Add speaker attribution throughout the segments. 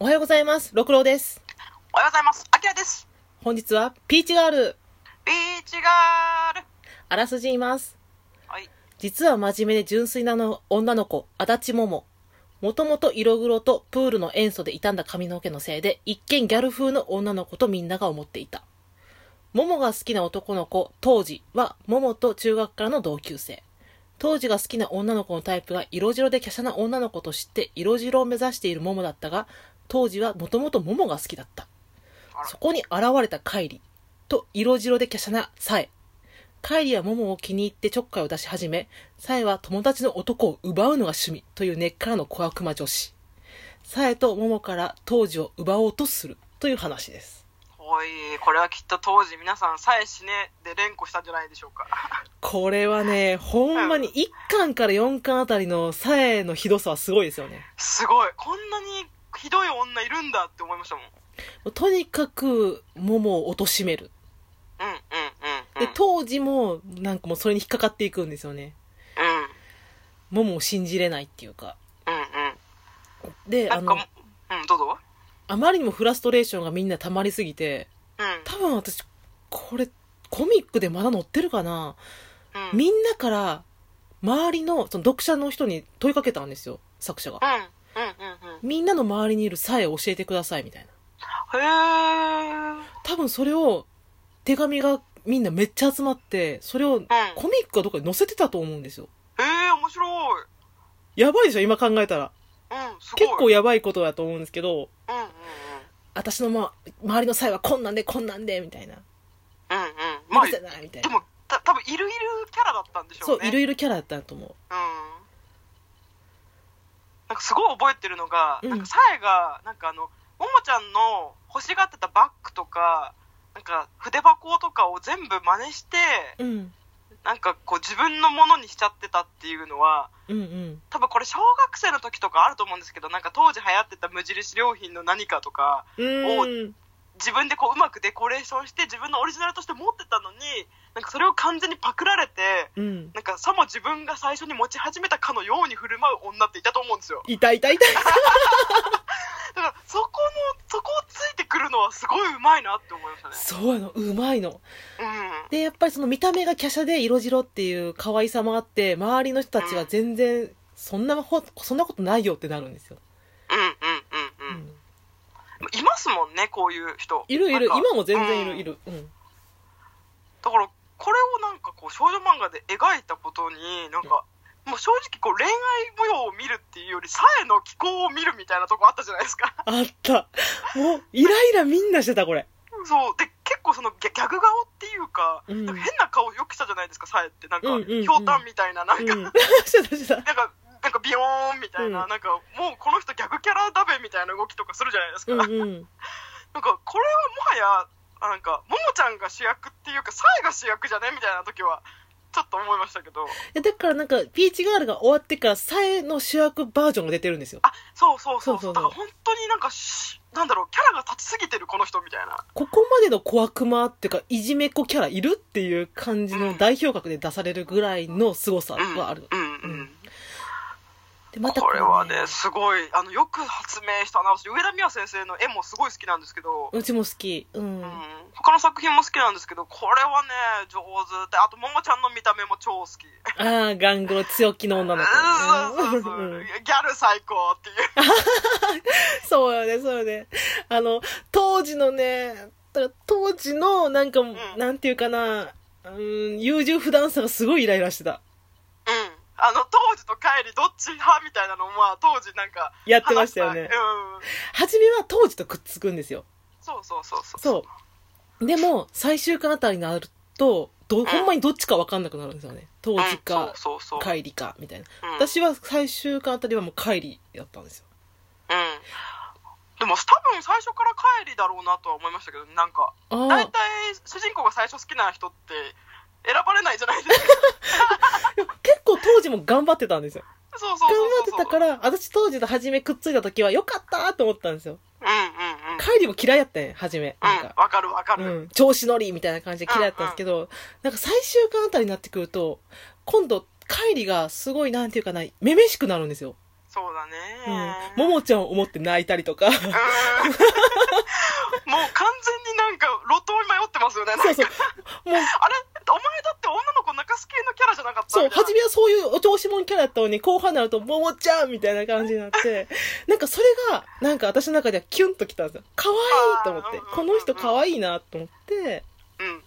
Speaker 1: おはようございます。六郎です。
Speaker 2: おはようございます。あきらです。
Speaker 1: 本日はピーチガール、
Speaker 2: ビーチガール。
Speaker 1: あらすじ言います。
Speaker 2: はい。
Speaker 1: 実は真面目で純粋なの女の子、足立桃。もともと色黒とプールの塩素で傷んだ髪の毛のせいで、一見ギャル風の女の子とみんなが思っていた。桃が好きな男の子、当時は桃と中学からの同級生。当時が好きな女の子のタイプが色白で華奢な女の子と知って色白を目指している桃だったが、当時はもともと桃が好きだった。そこに現れたカイリと色白で華奢なサエ。カイリはモモを気に入ってちょっかいを出し始め、サエは友達の男を奪うのが趣味という根っからの小悪魔女子。サエとモモから当時を奪おうとするという話です。
Speaker 2: おい、これはきっと当時皆さん、さえ死ねで連呼したんじゃないでしょうか。
Speaker 1: これはね、ほんまに1巻から4巻あたりのサエのひどさはすごいですよね。
Speaker 2: すごい。こんなにひどい女いるんだって思いましたもん。
Speaker 1: とにかく、モモを貶める。
Speaker 2: うん、うん、うん。
Speaker 1: で、当時も、なんかもうそれに引っかかっていくんですよね。
Speaker 2: うん、
Speaker 1: モモを信じれないっていうか。
Speaker 2: うん、うん。
Speaker 1: で、
Speaker 2: な
Speaker 1: あ
Speaker 2: んか
Speaker 1: の
Speaker 2: も、、うん、どうぞ。
Speaker 1: あまりにもフラストレーションがみんな溜まりすぎて、
Speaker 2: うん、
Speaker 1: 多分私、これ、コミックでまだ載ってるかな、
Speaker 2: うん。
Speaker 1: みんなから、周りの、その読者の人に問いかけたんですよ、作者が。
Speaker 2: うん、うん、うん、うん。
Speaker 1: みんなの周りにいるさえ教えてください、みたいな。
Speaker 2: へー。
Speaker 1: 多分それを、手紙がみんなめっちゃ集まって、それをコミックかどっかに載せてたと思うんですよ。
Speaker 2: へー、面白い。
Speaker 1: やばいでしょ、今考えたら。
Speaker 2: うん、す
Speaker 1: 結
Speaker 2: ご
Speaker 1: 構
Speaker 2: い。
Speaker 1: やばいことだと思うんですけど、
Speaker 2: うん、うん、うん。
Speaker 1: 私の、ま、周りの際はこんなんで、こんなんで、みたいな。
Speaker 2: うん、うん。ま
Speaker 1: 無
Speaker 2: あ、
Speaker 1: 理じゃ
Speaker 2: で
Speaker 1: ない、みたいな。
Speaker 2: も、た多分いるいるキャラだったんでしょ
Speaker 1: そうう、
Speaker 2: ね。
Speaker 1: いろいろキャラだったと思う。
Speaker 2: うんなんかすごい覚えてるのが、
Speaker 1: うん
Speaker 2: なんかさえがなんかあのももちゃんの欲しがってたバッグとかなんか筆箱とかを全部真似して
Speaker 1: うん。
Speaker 2: なんかこう自分のものにしちゃってたっていうのは
Speaker 1: うんうん。
Speaker 2: 多分これ小学生の時とかあると思うんですけどなんか当時流行ってた無印良品の何かとか
Speaker 1: う
Speaker 2: ー
Speaker 1: ん。
Speaker 2: 自分でこううまくデコレーションして自分のオリジナルとして持ってたのになんかそれを完全にパクられて
Speaker 1: うん。
Speaker 2: なんかさも自分が最初に持ち始めたかのように振る舞う女っていたと思うんですよ
Speaker 1: いたいたいた。
Speaker 2: だからそこのそこをついてくるのはすごいうまいなって思いましたね
Speaker 1: そうやの、うまいの。
Speaker 2: うん
Speaker 1: で、やっぱりその見た目が華奢で色白っていう可愛さもあって、周りの人たちが全然、そんなほ、そんなことないよってなるんですよ。
Speaker 2: うんうんうんうんいますもんねこういう人
Speaker 1: いるいる、
Speaker 2: なんか
Speaker 1: 今も全然いる、
Speaker 2: うん
Speaker 1: いる。うん。
Speaker 2: だからこれをなんかこう少女漫画で描いたことになんか、もう正直こう恋愛模様を見るっていうよりさえの気候を見るみたいなとこあったじゃないですか
Speaker 1: あった。もう、イライラみんなしてた、これ。
Speaker 2: そうで結構そのギャギャグ顔っていうか,、
Speaker 1: うん
Speaker 2: なんか変な顔よくしたじゃないですかさえってなんか
Speaker 1: うんうんうん
Speaker 2: ひょうたんみたいななんか、
Speaker 1: うん。 してたしてた。
Speaker 2: なんか、なんかビヨーンみたいな、
Speaker 1: うん
Speaker 2: なんかもうこの人逆キャラだべみたいな動きとかするじゃないですか。
Speaker 1: う
Speaker 2: なん
Speaker 1: んうん。
Speaker 2: かこれはもはや、あなんか、ももちゃんが主役っていうか、サイが主役じゃねみたいな時は、ちょっと思いましたけど。
Speaker 1: いやだからなんか、ピーチガールが終わってから、さえの主役バージョンが出てるんですよ。
Speaker 2: あ、そうそうそ
Speaker 1: そうそう
Speaker 2: う。
Speaker 1: そう
Speaker 2: だから本当になんかし、なんだろう、キャラが立ちすぎてるこの人みたいな。
Speaker 1: ここまでの小悪魔っていうか、いじめっ子キャラいるっていう感じの代表格で出されるぐらいの凄さ
Speaker 2: うん。
Speaker 1: はある。
Speaker 2: うん
Speaker 1: う
Speaker 2: うんん。
Speaker 1: で、また
Speaker 2: これはね、すごい、あの、よく発明したな。私、上田美和先生の絵もすごい好きなんですけど、
Speaker 1: うちも好き。うん。
Speaker 2: うん他の作品も好きなんですけど、これはね、上手で、あと、ももちゃんの見た目も超好き。
Speaker 1: ああ、ガングロ強気の女の
Speaker 2: うんそうそう
Speaker 1: 子
Speaker 2: そう
Speaker 1: うん。
Speaker 2: ギャル最高っていう。
Speaker 1: そうよね、そうよね。あの、当時のね、だから当時の、なんか、なんていうかな、うん、優柔不断さがすごいイライラしてた。
Speaker 2: うん。あの、当時と帰りどっち派みたいなのも、まあ、当時なんか。
Speaker 1: やってましたよね
Speaker 2: 話。うん。
Speaker 1: 初めは当時とくっつくんですよ。
Speaker 2: そうそうそうそう。
Speaker 1: そう。でも、最終巻あたりになると、ど、ほんまにどっちかわかんなくなるんですよね。当
Speaker 2: うん
Speaker 1: 時か、
Speaker 2: そうそうそう。
Speaker 1: 帰りか、みたいな。
Speaker 2: うん、
Speaker 1: 私は最終巻あたりはもう帰りだったんですよ。
Speaker 2: うん。でも、多分最初から帰りだろうなとは思いましたけど、なんか。
Speaker 1: あ
Speaker 2: 大
Speaker 1: あ
Speaker 2: 体、主人公が最初好きな人って、選ばれないじゃな いですか。
Speaker 1: 結構当時も頑張ってたんですよ。
Speaker 2: そうそ
Speaker 1: 頑
Speaker 2: うそう
Speaker 1: 張
Speaker 2: そう
Speaker 1: って
Speaker 2: そう。
Speaker 1: たから、私当時と初めくっついた時は良かったと思ったんですよ。
Speaker 2: うんうんうん。
Speaker 1: 帰りも嫌いやったね、初め。なん
Speaker 2: うん
Speaker 1: か。、
Speaker 2: わかるわか
Speaker 1: う
Speaker 2: る。
Speaker 1: ん、調子乗りみたいな感じで嫌いだったんですけど、なんか最終巻あたりになってくると、今度、帰りがすごいなんていうかな、めめしくなるんですよ。
Speaker 2: そうだ
Speaker 1: うん
Speaker 2: ね。
Speaker 1: も
Speaker 2: もう
Speaker 1: もちゃんを思って泣いたり とか、
Speaker 2: んもう完全になんか路頭に迷ってますよね。なんか
Speaker 1: そうそう。もう、
Speaker 2: あれお前だって女の子泣かす系のキャラじゃなかった
Speaker 1: そう、
Speaker 2: みたいな
Speaker 1: 初めはそういうお調子者キャラだったのに、後半になると、ももちゃんみたいな感じになって、 なんかそれが、なんか私の中ではキュンときたんですよ。可愛いと思っ
Speaker 2: あ
Speaker 1: て
Speaker 2: ーうんうんうんう、ん
Speaker 1: この人可愛いなと思って、
Speaker 2: うん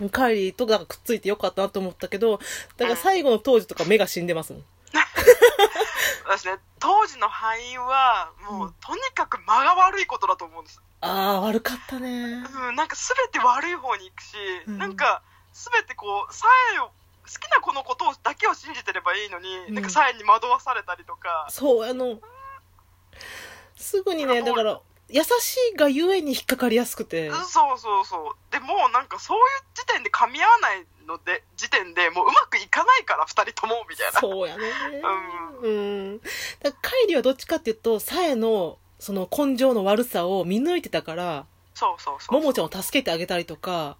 Speaker 2: うん。
Speaker 1: カイリーとなんかくっついてよかったなと思ったけど、だから最後の当時とか目が死んでますもん。
Speaker 2: 私ね、当時の敗因は、もう、
Speaker 1: うん
Speaker 2: とにかく間が悪いことだと思うんです。
Speaker 1: あー、悪かったね。
Speaker 2: うん、なんか全て悪い方に行くし、
Speaker 1: うん
Speaker 2: なんか全てこう、さえを、好きな子のことをだけを信じてればいいのに、
Speaker 1: うん
Speaker 2: なんかさえに惑わされたりとか、
Speaker 1: そう、あの、すぐにね、だから、優しいがゆえに引っかかりやすくて。
Speaker 2: そうそうそう。でもうなんかそういう時点で噛み合わないので、時点でもううまくいかないから、二人とも、みたいな。
Speaker 1: そうやね。うん。だから、カイリーはどっちかっていうと、サエの、その根性の悪さを見抜いてたから、
Speaker 2: そうそうそう。
Speaker 1: ももちゃんを助けてあげたりとか、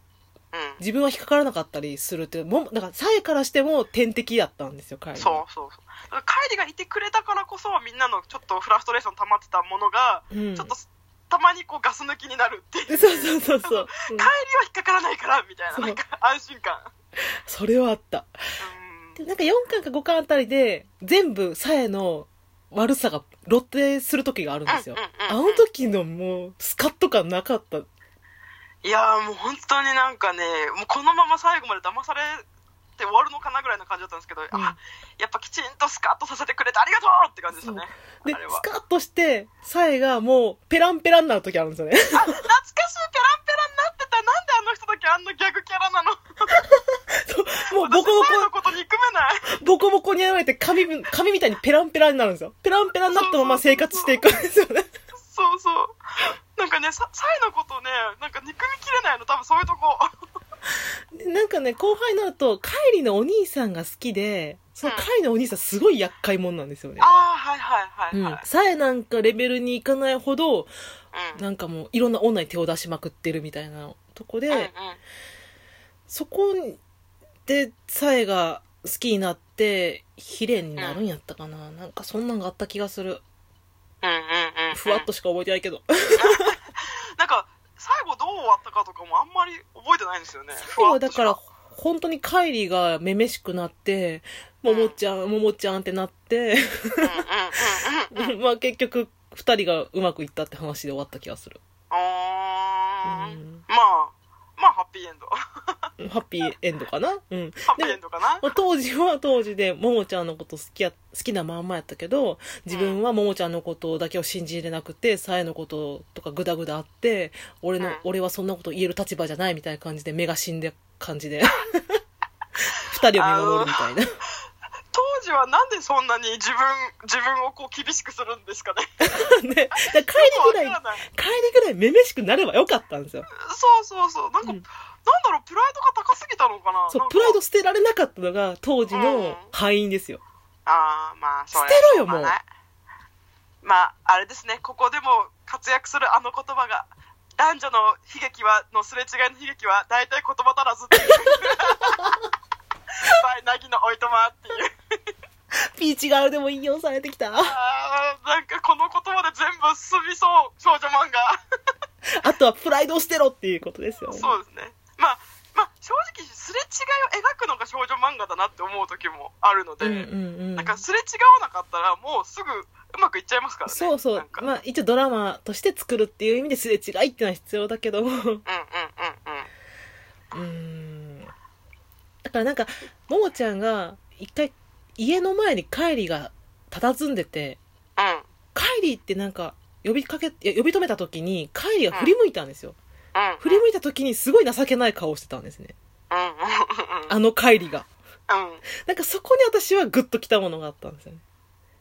Speaker 2: うん。
Speaker 1: 自分は引っかからなかったりするっていう、もも、だから、サエからしても天敵だったんですよ、カイリー。
Speaker 2: そうそうそう。だから帰りがいてくれたからこそ、みんなのちょっとフラストレーション溜まってたものが、
Speaker 1: う。うん。
Speaker 2: ちょっとたまにこうガス抜きになるってい う。
Speaker 1: そうそうそうそう。うん
Speaker 2: 帰りは引っかからないから、みたい
Speaker 1: そう
Speaker 2: な、なんか安心感。
Speaker 1: それはあった。
Speaker 2: う
Speaker 1: でなんか4巻か5巻あたりで、全部サエの悪さが露呈する時があるん
Speaker 2: ん。
Speaker 1: ですよ。あ
Speaker 2: うんうん
Speaker 1: の
Speaker 2: うん
Speaker 1: 時のもう、スカッと感なかった。
Speaker 2: いやーもう本当になんかね、もうこのまま最後まで騙されて終わるのかなぐらいの感じだったんですけど、
Speaker 1: うん
Speaker 2: あ、やっぱきちんとスカッとさせてくれてありがとうって感じでしたね。
Speaker 1: で、
Speaker 2: あれは
Speaker 1: ス。カッとして、サエがもう、ペランペランになる時あるんですよね。
Speaker 2: あ、懐かしいペランペランになってた。なんであの人だけあんなギャグキャラな の
Speaker 1: もうボコボコ、
Speaker 2: 私のこと憎めない。
Speaker 1: ボコボコにやられて、髪、髪みたいにペランペランになるんですよ。ペランペランになったまま生活していくんですよね。
Speaker 2: そうそう。なんかね、さ、サイのことね、なんか憎みきれないの、多分そういうとこ。
Speaker 1: でなんかね、後輩になると、カイリのお兄さんが好きで、そのカイリのお兄さんすごい厄介者なんですよね
Speaker 2: あ。あ、はいはいは
Speaker 1: う
Speaker 2: いは
Speaker 1: ん
Speaker 2: い。。
Speaker 1: サエなんかレベルに行かないほど、
Speaker 2: うん。
Speaker 1: なんかもういろんな女に手を出しまくってるみたいなとこで、
Speaker 2: うんうん
Speaker 1: そこでサエが好きになって、ヒレになるんやったかな。なんかそんなんがあった気がする。
Speaker 2: うんうんうん。
Speaker 1: ふわっと。しか覚えてないけど。
Speaker 2: なんか、最後どう終わったかとかもあんまり覚えてないんですよね。
Speaker 1: 最後はだか
Speaker 2: ふ
Speaker 1: ら
Speaker 2: わっとし、
Speaker 1: 本当にカイリーがめめしくなって、ももちゃん、ももちゃんってなって、
Speaker 2: うんうんうんうん。
Speaker 1: まあ結局、二人がうまくいったって話で終わった気がする。
Speaker 2: あー
Speaker 1: うん
Speaker 2: まあ、まあ、ハッピーエンド。ハ
Speaker 1: ハッピーエンドかなうん。
Speaker 2: ッピーエンドかな。
Speaker 1: まあ当時は当時で、ももちゃんのこと好きや、好きなまんまやったけど、自分はももちゃんのことだけを信じれなくて、さえのこととかグダグダあって、俺の
Speaker 2: うん、
Speaker 1: 俺はそんなこと言える立場じゃないみたいな感じで、目が死んで感じで。二人を見守るみたいな。
Speaker 2: 当時はなんでそんなに自分、自分をこう厳しくするんですかね。
Speaker 1: ね、だから帰りぐらい
Speaker 2: よくわからない
Speaker 1: 帰りぐらいめめしくなればよかったんですよ。
Speaker 2: そうそうそう。なん
Speaker 1: う
Speaker 2: か、
Speaker 1: ん
Speaker 2: なんだろう、プライドが高すぎたのかな。
Speaker 1: そ
Speaker 2: な
Speaker 1: う、
Speaker 2: んか
Speaker 1: プライド捨てられなかったのが当時
Speaker 2: うん
Speaker 1: の敗因ですよ。
Speaker 2: ああ、まあ、それ
Speaker 1: 捨てろよ
Speaker 2: しょうが
Speaker 1: もう
Speaker 2: ないまあ、あれですね、ここでも活躍するあの言葉が、男女の悲劇は、のすれ違いの悲劇は、大体言葉足らずっ ていう。 バイ、ナギのおいとまっていう。
Speaker 1: ピーチガールでも引用されてきた。
Speaker 2: ああ、なんかこの言葉で全部進みそう、少女漫画。
Speaker 1: あとはプライドを捨てろっていうことですよ。
Speaker 2: そうですね。まあ、まあ、正直、すれ違いを描くのが少女漫画だなって思う時もあるので、
Speaker 1: うんうんうん
Speaker 2: なん。かすれ違わなかったら、もうすぐうまくいっちゃいますからね。
Speaker 1: そうそう
Speaker 2: な。
Speaker 1: ん
Speaker 2: か
Speaker 1: まあ一応ドラマとして作るっていう意味ですれ違いってのは必要だけども。 う
Speaker 2: うんうんうんうん。
Speaker 1: ーん。だからなんか、ももちゃんが一回家の前にカイリーが佇んでて、
Speaker 2: うん。
Speaker 1: カイリーってなんか呼びかけ、いや呼び止めた時にカイリーが振り向いたんですよ。
Speaker 2: うん
Speaker 1: 振り向いた時にすごい情けない顔をしてたんですね。
Speaker 2: うんうん
Speaker 1: あの帰りが。
Speaker 2: うんうん。
Speaker 1: なんかそこに私はグッときたものがあったんですよね。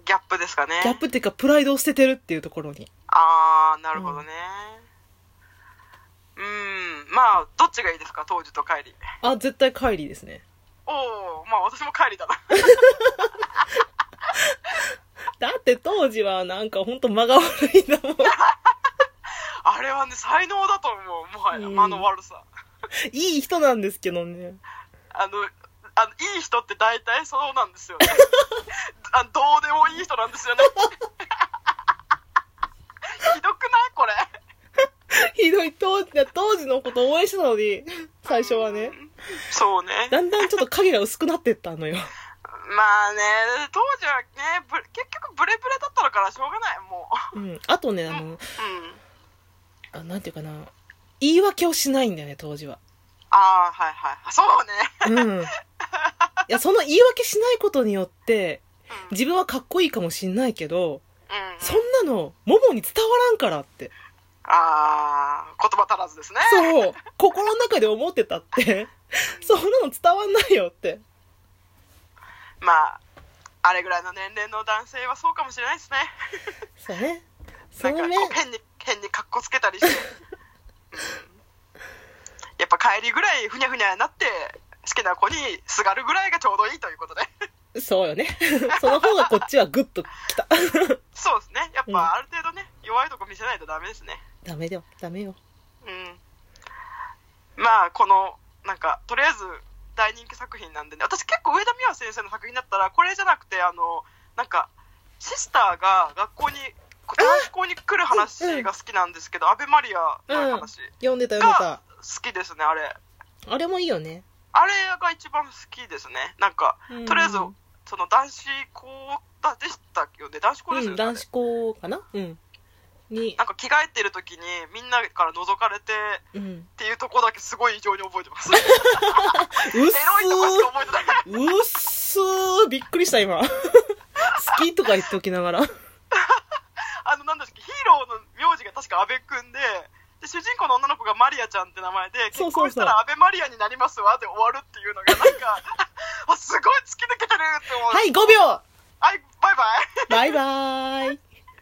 Speaker 2: ギャップですかね。
Speaker 1: ギャップっていうかプライドを捨ててるっていうところに。
Speaker 2: ああ、なるほどね。うん、まあ、どっちがいいですか、当時と帰り。
Speaker 1: あ、絶対カイリーですね。
Speaker 2: おお、まあ私も帰りだな。
Speaker 1: だって当時はなんかほんと間が悪いんだ もん。
Speaker 2: あれはね、才能だと思う、もはや、
Speaker 1: うん
Speaker 2: 間の悪さ。
Speaker 1: いい人なんですけどね。
Speaker 2: あの、あのいい人って大体そうなんで すよねあどうでもいい人なんですよねひどくないこれ
Speaker 1: ひどい当時、当時のこと応援してたのに、最初はね。
Speaker 2: そうね
Speaker 1: だんだんちょっと影が薄くなってったのよ。
Speaker 2: まあね当時はねぶ結局ブレブレだったのからしょうがないも
Speaker 1: うん。あとね、あの、
Speaker 2: ううん
Speaker 1: あなんていうかな、言い訳をしないんだよね、当時は。
Speaker 2: ああはいはいあそうね
Speaker 1: うん。いや、その言い訳しないことによって、
Speaker 2: うん
Speaker 1: 自分はかっこいいかもしんないけど、
Speaker 2: うん
Speaker 1: そんなの、ももに伝わらんからって。
Speaker 2: ああ言葉足らずですね
Speaker 1: そう。心の中で思ってたって。そんなの伝わんないよって。
Speaker 2: まああれぐらいの年齢の男性はそうかもしれないですね
Speaker 1: そうね。そ
Speaker 2: なん
Speaker 1: の
Speaker 2: か
Speaker 1: 面
Speaker 2: こう、変に変に格好つけたりしてうんやっぱ帰りぐらいふにゃふにゃになって好きな子にすがるぐらいがちょうどいいということで
Speaker 1: そうよね。 その方がこっちはグッときた。
Speaker 2: そうですねやっ
Speaker 1: うん
Speaker 2: ぱある程度ね、弱いとこ見せないとダメですね
Speaker 1: ダメだよ、ダメよ。
Speaker 2: うんまあこのなんかとりあえず大人気作品なんでね私結構上田美和先生の作品だったらこれじゃなくてあのなんかシスターが学校に男子校に来る話が好きなんですけど、アベマリアの話、
Speaker 1: 読んでた、読んで
Speaker 2: が
Speaker 1: た。
Speaker 2: 好きですねあれ
Speaker 1: あれもいいよね。
Speaker 2: あれが一番好きですねなんか
Speaker 1: うん
Speaker 2: とりあえずその男子校だでしたよね男子校です
Speaker 1: う
Speaker 2: よね、
Speaker 1: ん、男子校かなうん。に
Speaker 2: な、んか着替えてる時にみんなから覗かれて
Speaker 1: うん。
Speaker 2: っていうとこだけすごい異常に覚えて ます
Speaker 1: うっす
Speaker 2: エロいとこしか覚えてないう
Speaker 1: っすーびっくりした今。好 きとか言っておきながら。
Speaker 2: あの、なんだっけ、ヒーローの名字が確か安倍くんで、で、主人公の女の子がマリアちゃんって名前で、
Speaker 1: そう
Speaker 2: 結
Speaker 1: そうそう
Speaker 2: 婚したら安倍マリアになりますわで終わるっていうのが、なんか、 あ、すごい突き抜けてるって思う。
Speaker 1: はい、5秒
Speaker 2: はい、バイバイ。
Speaker 1: バイバーイ